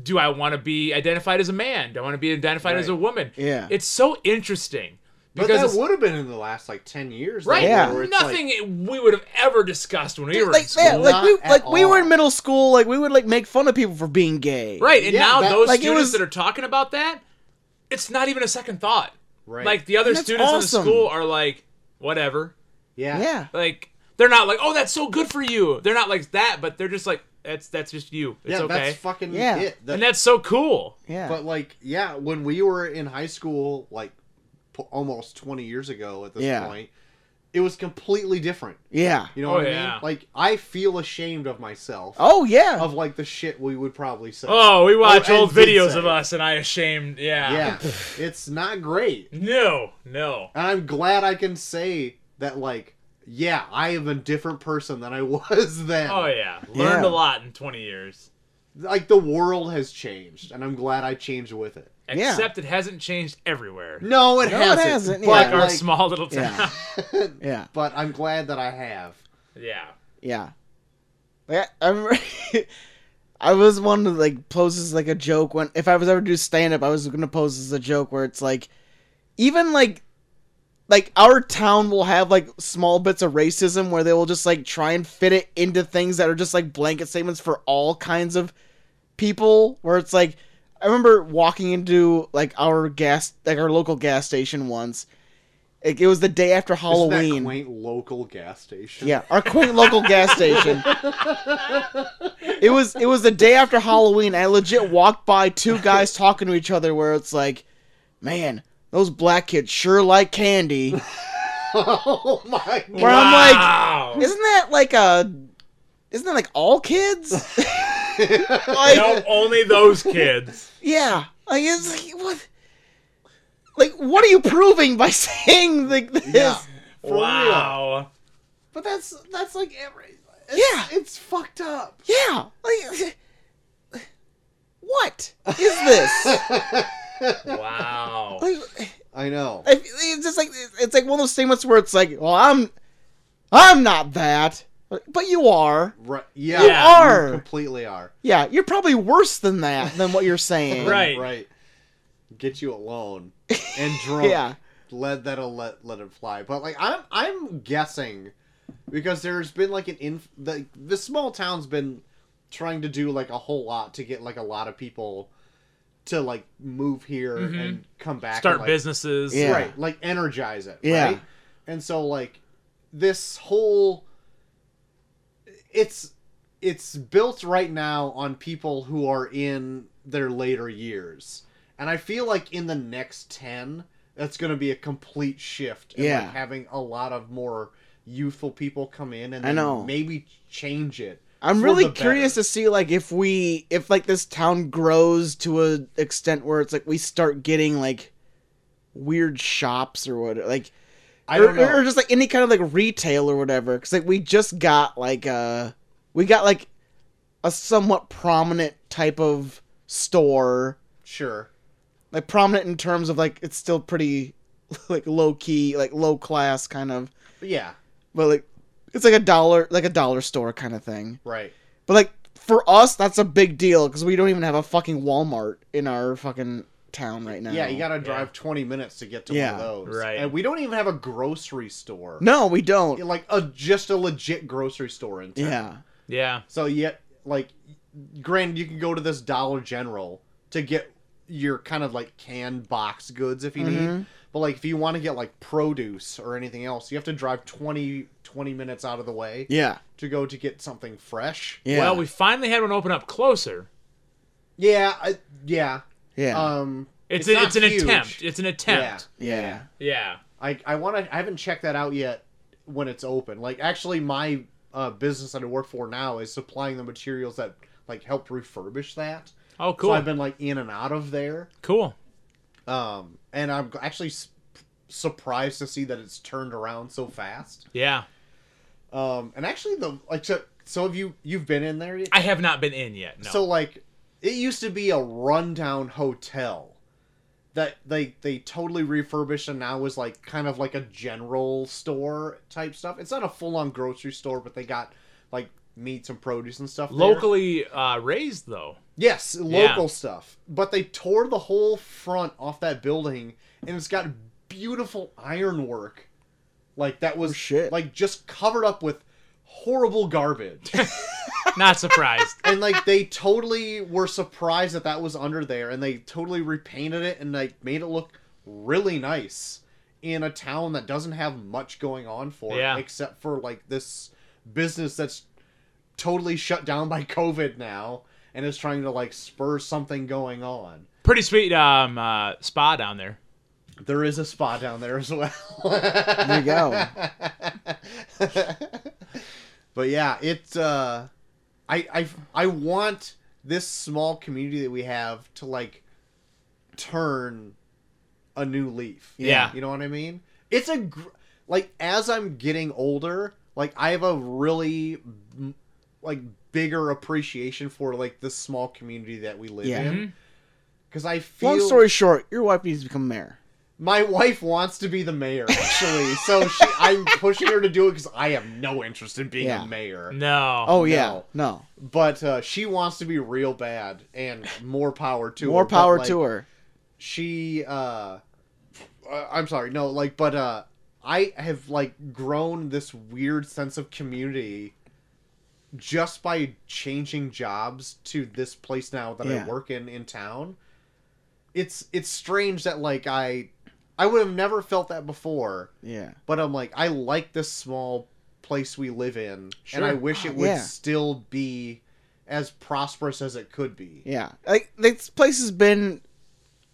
do I want to be identified as a man? Do I want to be identified as a Right. woman? Yeah. it's so interesting But because that it's, would have been in the last like ten years, though, right, Yeah. where it's, like- nothing we would have ever discussed when we were in Like school, that, like we Not at like we were in all. middle school, like we would like make fun of people for being gay. right? And Yeah, now that- those like, it students was- that are talking about that, it's not even a second thought. Right. Like the other that's students awesome. in the school are like, whatever. yeah, Yeah. Like they're not like, oh, that's so good for you. They're not like that, but they're just like, that's that's just you. It's yeah, okay. that's fucking Yeah. it. That- and that's so cool. Yeah. But like, yeah, when we were in high school, like p- almost twenty years ago at this Yeah. point, it was completely different. yeah. You know Oh, what I yeah. mean? Like, I feel ashamed of myself Oh yeah. of like the shit we would probably say. Oh, we watch Oh, and old did videos say of it. us, and I ashamed. Yeah. yeah, it's not great. No, no. And I'm glad I can say that. Like, yeah, I am a different person than I *laughs* was then. Oh yeah, learned Yeah. a lot in 20 years. Like the world has changed, and I'm glad I changed with it. Yeah. Except it hasn't changed everywhere. No, it No, it hasn't. hasn't, yeah. But Like our Mm, like- small little Yeah. town. *laughs* yeah. *laughs* but I'm glad that I have. Yeah. Yeah. Yeah, I remember *laughs* I was one to like pose as like a joke when if I was ever to do stand up, I was gonna pose as a joke where it's like even like like our town will have like small bits of racism where they will just like try and fit it into things that are just like blanket statements for all kinds of people where it's like I remember walking into like our gas like our local gas station once. Like it was the day after Isn't that Halloween. quaint local gas station. Yeah, our quaint local gas station. It was it was the day after Halloween. I legit walked by two guys talking to each other, where it's like, man, those black kids sure like candy. *laughs* oh my Where god. I'm like, Wow. Isn't that like a? Isn't that like all kids? like, no, only those kids. yeah. Like it's like what? Like what are you proving by *laughs* saying like this? yeah. For wow. But that's that's like every it's, Yeah. it's fucked up. *laughs* Yeah. Like what is *laughs* this? Wow. like, I know. I- it's just like it's like one of those statements where it's like, well, I'm, I'm not that, but you are. Right. Yeah. You Yeah, are. completely are. yeah, you're probably worse than that than what you're saying. *laughs* Right. Right. Get you alone *laughs* and drunk. Yeah. Let that'll let let it fly. But like I'm I'm guessing because there's been like an in the the small town's been trying to do like a whole lot to get like a lot of people to like move here Mhm. and come back. and, Start like, businesses. Yeah. Right. Like energize it. Yeah. Right? And so like this whole it's it's built right now on people who are in their later years. And I feel like in the next ten that's gonna be a complete shift and Yeah. like having a lot of more youthful people come in and I then know. maybe change it. I'm for really the better. curious to see like if we if like this town grows to a extent where it's like we start getting like weird shops or what like I or, don't know. or just like any kind of like retail or whatever cuz like we just got like uh we got like a somewhat prominent type of store sure. like prominent in terms of like it's still pretty *laughs* like low key like low class kind of But yeah, but like it's like a dollar like a dollar store kind of thing right. but like for us, that's a big deal because we don't even have a fucking Walmart in our fucking town right now. Yeah, you gotta drive twenty minutes to get to Yeah. one of those. Right. And we don't even have a grocery store. No, we don't. like a just a legit grocery store in town. Yeah. Yeah. So yet, like, granted, you can go to this Dollar General to get your kind of like canned box goods if you Mm-hmm. need. But like, if you want to get like produce or anything else, you have to drive 20, 20 minutes out of the way Yeah. to go to get something fresh. Yeah. Well, we finally had one open up closer. Yeah, I, yeah. yeah. Um, It's It's a, not it's an huge. attempt. It's an yeah, attempt. yeah. Yeah. I I want to. I haven't checked that out yet when it's open. Like, actually, my uh, business that I work for now is supplying the materials that like help refurbish that. Oh, So cool. I've been like in and out of there. cool. Um, and I'm actually s- surprised to see that it's turned around so fast. Yeah. Um, and actually the like so, so have you you've been in there yet? I have not been in yet. No. So like it used to be a rundown hotel that they they totally refurbished and now is like kind of like a general store type stuff. It's not a full on grocery store, but they got like meats and produce and stuff. there. locally uh, raised though. Yes, local stuff. But they tore the whole front off that building, and it's got beautiful ironwork, like that was shit. like just covered up with horrible garbage. Not surprised. *laughs* and like they totally were surprised that that was under there, and they totally repainted it and like made it look really nice in a town that doesn't have much going on for Yeah. it except for like this business that's totally shut down by COVID now and is trying to like spur something going on. Pretty sweet um, uh, spa down there. There is a spa down there as well. There you go. *laughs* but yeah, it. Uh, I I I want this small community that we have to like turn a new leaf. Yeah. you know what I mean. It's a gr- like as I'm getting older, like I have a really m- like bigger appreciation for like this small community that we live Yeah. Mm-hmm. in. Because I feel Long story short, your wife needs to become mayor. my wife wants to be the mayor, actually. so she, I'm pushing her to do it because I have no interest in being Yeah. a mayor. Mm-hmm. No. Oh yeah. No. But uh, she wants to be real bad, and more power to More her. power but, like, to her. She, uh, uh, I'm sorry, no, like, but uh, I have like grown this weird sense of community just by changing jobs to this place now that Yeah. I work in in town. It's it's strange that like I I would have never felt that before Yeah. but I'm like, I like this small place we live in, Sure. and I wish it Oh, would yeah. still be as prosperous as it could be. Yeah. Like this place has been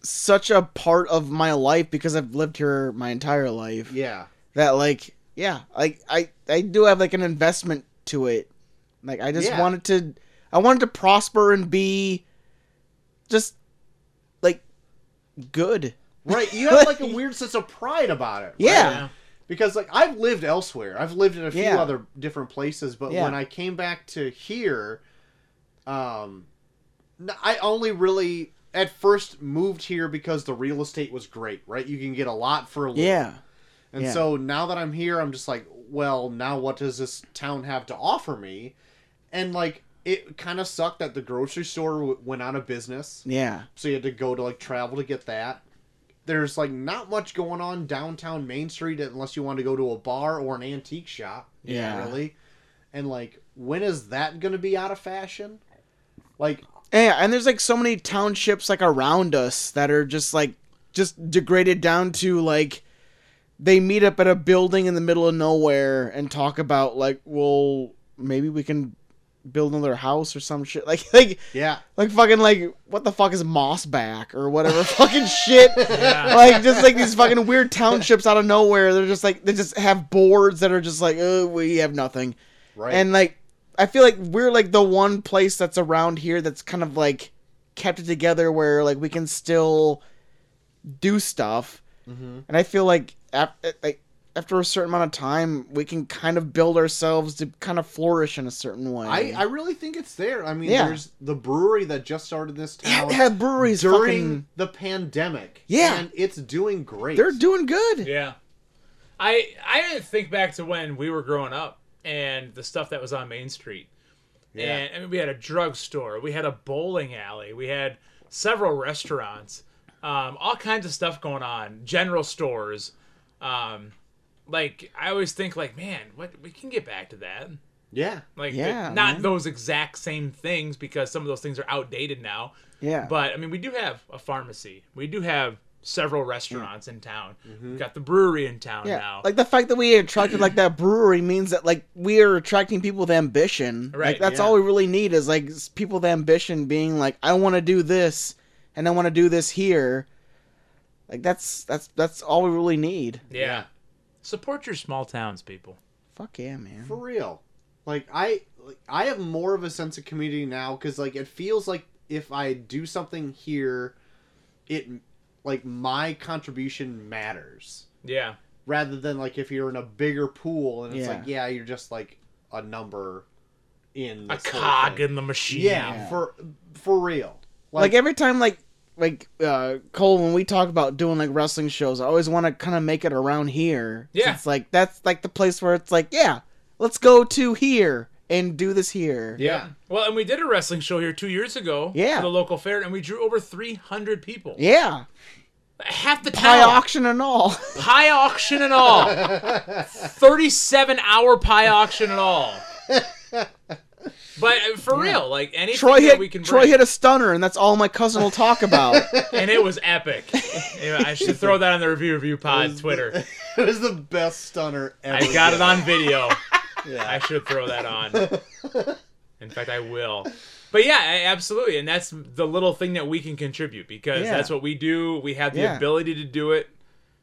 such a part of my life because I've lived here my entire life. Yeah, that like yeah like i i do have like an investment to it like i just Yeah. wanted to i wanted to prosper and be just like good Right. You have like a weird sense of pride about it. right? Yeah. Because like I've lived elsewhere. I've lived in a few Yeah. other different places, but Yeah. when I came back to here, um n- I only really at first moved here because the real estate was great, right? You can get a lot for a little. yeah And Yeah. so now that I'm here, I'm just like, well, now what does this town have to offer me? And like, it kind of sucked that the grocery store w- went out of business, yeah so you had to go to like travel to get that. There's like not much going on downtown Main Street unless you want to go to a bar or an antique shop. Yeah. really. And like, when is that going to be out of fashion? Like, yeah and there's like so many townships like around us that are just like just degraded down to like they meet up at a building in the middle of nowhere and talk about like well maybe we can build another house or some shit *laughs* like like yeah, Like fucking like what the fuck is Mossback or whatever fucking shit. Yeah. Like just like these fucking weird townships out of nowhere. They're just like they just have boards that are just like oh we have nothing. right. And like I feel like we're like the one place that's around here that's kind of like kept it together where like we can still do stuff. Mhm. And I feel like after, like after a certain amount of time we can kind of build ourselves to kind of flourish in a certain way. I, I really think it's there. I mean, Yeah. there's the brewery that just started this yeah, town. yeah, breweries during fucking- the pandemic. Yeah. and it's doing great. They're doing good. Yeah. I I didn't think back to when we were growing up and the stuff that was on Main Street. Yeah. And I mean, we had a drugstore, we had a bowling alley, we had several restaurants, um, all kinds of stuff going on, general stores. Um, like I always think, like man, what we can get back to that. yeah, Like Yeah, not man. those exact same things because some of those things are outdated now. Yeah. But I mean, we do have a pharmacy. We do have several restaurants in town. We've got the brewery in town yeah. now. Like the fact that we attracted like that brewery means that like we are attracting people with ambition. Right, Like that's yeah. all we really need is like s- people with ambition being like, I want to do this and I want to do this here. Like that's that's that's all we really need. yeah. Support your small towns, people. Fuck yeah, man. for real. Like I, like, I have more of a sense of community now because like it feels like if I do something here, it like my contribution matters Yeah. rather than like if you're in a bigger pool and it's Yeah. like yeah you're just like a number in A this whole cog thing. in the machine. yeah, Yeah. for for real Like, every time like like uh Cole when we talk about doing like wrestling shows, I always want to kind of make it around here. Yeah. It's like that's like the place where it's like, yeah, let's go to here and do this here. yeah *laughs* Well, and we did a wrestling show here two years ago. Yeah. For the local fair, and we drew over 300 people. Yeah. Half the Pie town. auction and all. *laughs* pie auction and all. 37 hour pie auction and *laughs* all. But uh, for real, like anything Troy that hit we can Troy bring, hit a stunner, and that's all my cousin will talk about. and it was epic. Anyway, I should throw that on the review review pod was the- *laughs* Twitter. it was the best stunner ever. I got it on video. Yeah. I should throw that on. In fact, I will. But yeah, I- absolutely, and that's the little thing that we can contribute because Yeah. that's what we do. We have the Yeah. ability to do it,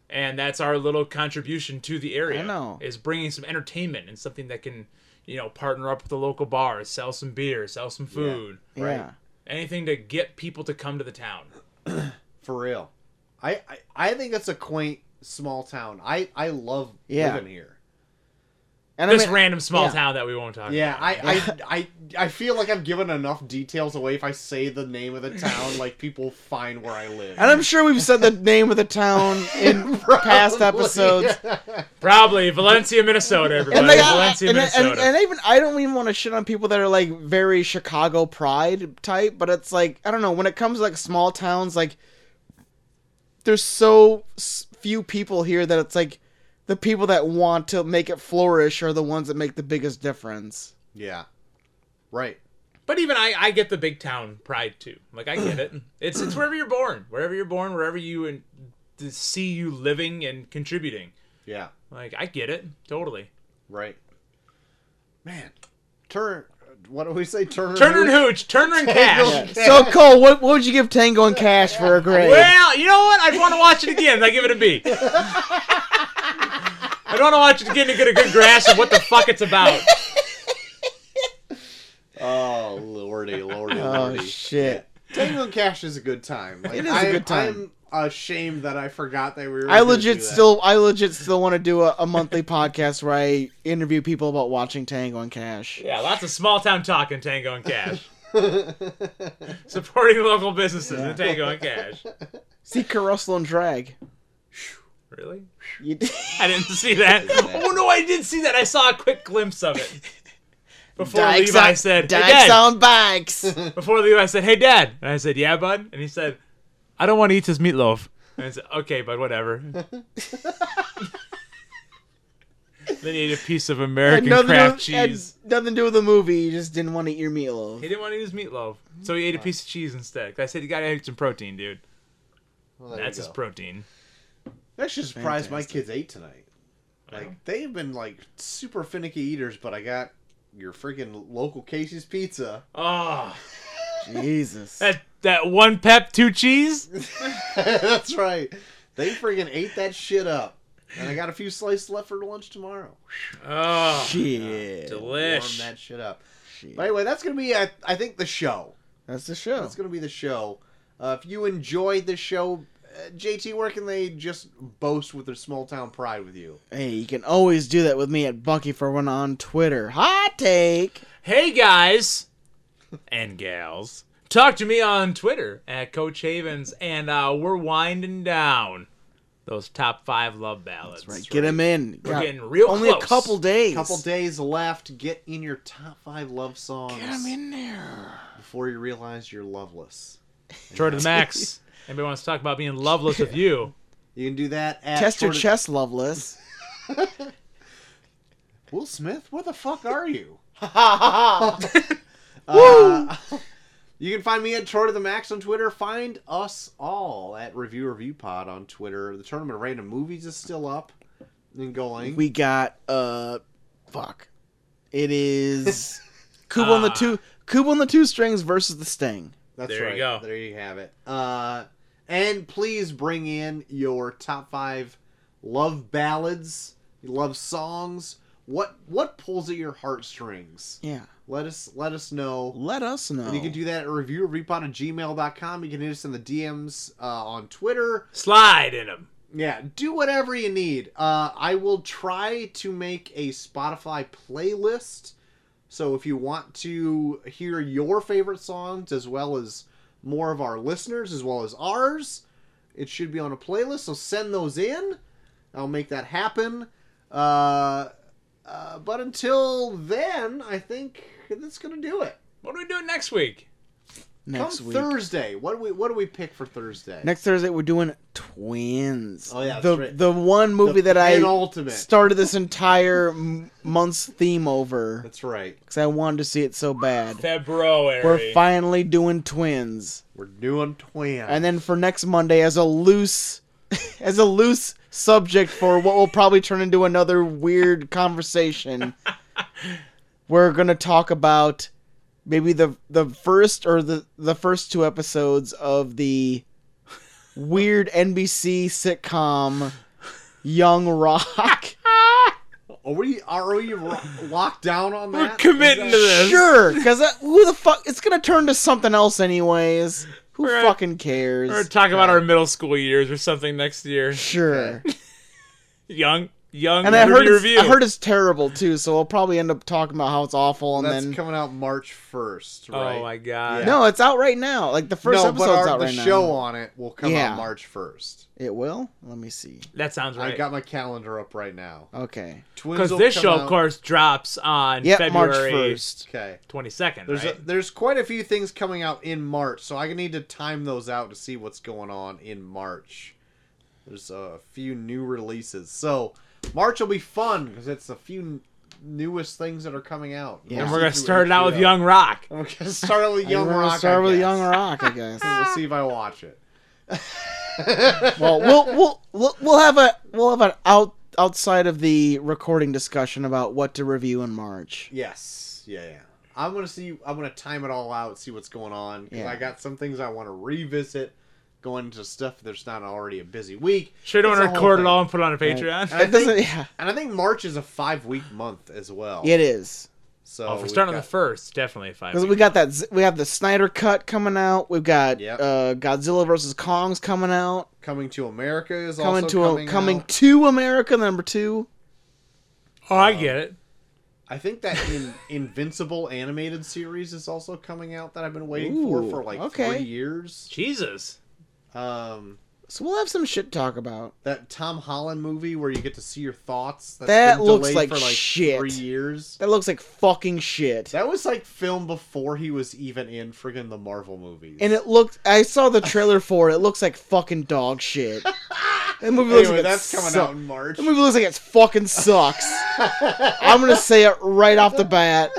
and that's our little contribution to the area. I know. is bringing some entertainment and something that can, you know, partner up with the local bars, sell some beer, sell some food, Yeah, anything to get people to come to the town. For real. I, I I think that's a quaint small town. I I love Yeah. living here. and This I mean, random small yeah. town that we won't talk Yeah, about. I I, I I feel like I've given enough details away if I say the name of the *laughs* town like people find where I live. and I'm sure we've said the name of the town *laughs* in past Probably. episodes. Probably Valencia, Minnesota, everybody. And, like, I, Valencia, and, and, Minnesota. and even I don't even want to shit on people that are like very Chicago pride type, but it's like I don't know when it comes to like small towns, like there's so s- few people here that it's like the people that want to make it flourish are the ones that make the biggest difference. Yeah. Right. But even I, I get the big town pride too. Like I get it. It's it's wherever you're born, wherever you're born, wherever you and to see you living and contributing. Yeah. Like I get it totally. Right. Man. Turn what do we say? Turner Turner and Hooch? Hooch, Turner and Cash. Yeah. So Cole, what, what would you give Tango and Cash for a grade? Well, you know what? I'd want to watch it again. I give it a B. I don't want you to get, get a good grasp of what the fuck it's about. Oh lordy, lordy, Oh lordy. shit! Tango and Cash is a good time. Like, *laughs* It is a I- good time. I'm ashamed that I forgot that we were. I gonna legit do that. still, I legit still want to do a, a monthly podcast where I interview people about watching Tango and Cash. Yeah, lots of small town talk in Tango and Cash. *laughs* Supporting local businesses in Tango and Cash. See Carousel and Drag. Really? You, I didn't see that. Oh no, I did see that. I saw a quick glimpse of it. Before Dykes Levi on- said, hey, Dykes Dad. on bikes. Before Levi said, "Hey, Dad," and I said, "Yeah, bud," and he said, "I don't want to eat this meatloaf." And I said, "Okay, bud, whatever." then he ate a piece of American Had craft to do, had cheese. nothing to do with the movie. You just didn't want to eat *laughs* your meatloaf. He didn't want to eat his meatloaf, so he ate a piece of cheese instead. 'Cause I said, "You gotta eat some protein, dude. Well, there you That's his go. protein." I'm actually surprised my Fantastic. kids ate tonight. Like they've been like super finicky eaters, but I got your freaking local Casey's pizza. *laughs* Oh, Jesus. that that one pep, two cheese. That's right. They freaking ate that shit up. And I got a few slices left for lunch tomorrow. Oh, Shit. delish. Warm that shit up. Shit. But anyway, that's gonna be I, I think the show. That's the show. That's gonna be the show. Uh, if you enjoyed the show, uh, JT, where can they just boast with their small town pride with you? Hey, you can always do that with me at Bucky for one on Twitter. Hot take. Hey guys and gals, talk to me on Twitter at Coach Havens, and uh, we're winding down those top five love ballads. That's right. Get him in. We're Got getting real only close. a couple days. Couple days left. Get in your top five love songs Get him in there. before you realize you're loveless. Troy to the *laughs* max. Anybody wants to talk about being loveless with you? You can do that at Test your Tort- chest, Loveless. Will Smith, where the fuck are *laughs* you? *laughs* Uh, Woo! You can find me at Tour to the Max on Twitter. Find us all at Review Review Pod on Twitter. The Tournament of Random Movies is still up and going. We got uh, fuck. *laughs* It is Kubo and the Ah. two Kubo and the two strings versus the Sting. That's There you right. go. There you have it. Uh, and please bring in your top five love ballads, love songs. What what pulls at your heartstrings? Yeah. Let us let us know. Let us know. And you can do that at review repot at gmail.com. You can hit us in the DMs uh, on Twitter. Slide in them. Yeah, do whatever you need. Uh, I will try to make a Spotify playlist. So if you want to hear your favorite songs as well as more of our listeners as well as ours, it should be on a playlist. So send those in. I'll make that happen. Uh, uh, but until then, I think that's gonna do it. What are we doing next week? next Come week. Thursday, what do we what do we pick for Thursday? Next Thursday we're doing Twins. Oh, yeah, that's the right. the one movie that I penultimate. started this entire m- month's theme over That's right. because I wanted to see it so bad. February. We're finally doing Twins, We're doing twins. and then for next Monday as a loose as a loose subject for what will probably turn into another weird conversation. we're gonna talk about maybe the the first or the the first two episodes of the weird NBC sitcom Young Rock. Are we are we ro- locked down on that? We're committing to Is that- this. sure, because who the fuck? It's gonna turn to something else anyways. Who Right. fucking We're cares? talking about our middle school years or something next year. sure. Young, young. And I heard review. it's, I heard it's terrible too, so we'll probably end up talking about how it's awful and That's then. coming out March first, Oh right? my god. Yeah. no, it's out right now. Like the first no, but episode's our, out the right show now. on it will come Yeah. out March first. It will. Let me see. That sounds right. I got my calendar up right now. Okay. Twins Because will this come show, out- of course, drops on Yeah, March February first. Okay. twenty second. There's right? a, there's quite a few things coming out in March, so I need to time those out to see what's going on in March. There's a few new releases, so March will be fun because it's a few n- newest things that are coming out. Yeah. and Yeah. we're gonna start it out with HBO. Young Rock. And We're gonna start *laughs* with Young We're gonna Rock. I Start with guess. Young Rock, I guess. *laughs* We'll see if I watch it. well, we'll we'll we'll- we'll have a we'll have an out outside of the recording discussion about what to review in March. Yes. Yeah. Yeah. I'm gonna see. I'm gonna time it all out. See what's going on. Cause Yeah. I got some things I want to revisit. going to stuff that's not already a busy week. Should It's have a whole record it thing. all and put it on a Patreon. And I It doesn't. think- Yeah, And I think March is a five week month as well. it is So Oh, if we're we've starting on got- the first, definitely a five. because we got that. Z- We have the Snyder cut coming out. We've got Yep. uh, Godzilla versus Kong's coming out. coming to America is Coming also to coming. coming out. to America number two. oh, I get it. I think that in, *laughs* Invincible animated series is also coming out that I've been waiting for Ooh, for like okay. three years. Jesus. Um, So we'll have some shit to talk about. that Tom Holland movie where you get to see your thoughts. that's That been looks delayed like for like shit. three years. That looks like fucking shit. That was like film before he was even in friggin' the Marvel movies. And it looked. I saw the trailer for it. It looks like fucking *laughs* dog shit. That movie looks anyway, like it that's coming suck- out in March. That movie looks like it fucking sucks. I'm gonna say it right off the bat.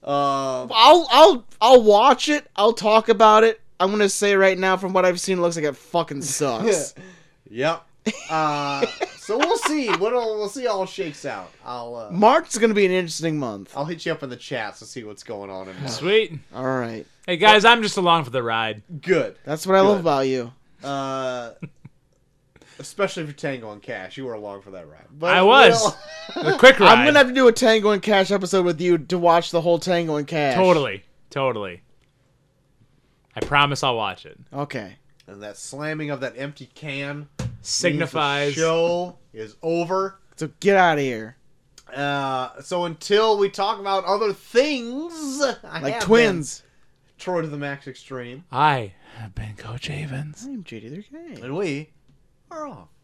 Uh, I'll I'll I'll watch it. I'll talk about it. I'm gonna say right now, from what I've seen, it looks like *laughs* it fucking sucks. yep. Uh, so *laughs* we'll see. What we'll see how it shakes out. I'll uh, March is gonna be an interesting month. I'll hit you up in the chat to see what's going on in March. Sweet. All right, Hey guys, I'm just along for the ride. Good. that's what I love Good. about you. Uh, especially for Tango and Cash, you were along for that ride. But I was. we'll- *laughs* The quick ride. I'm gonna have to do a Tango and Cash episode with you to watch the whole Tango and Cash. totally, totally. I promise I'll watch it. Okay. and that slamming of that empty can means Signifies. the show is over. So get out of here, Uh, so until we talk about other things, I like have twins. been Troy to the max extreme, I have been Coach Havens. I'm JD. They're gay. and we are off.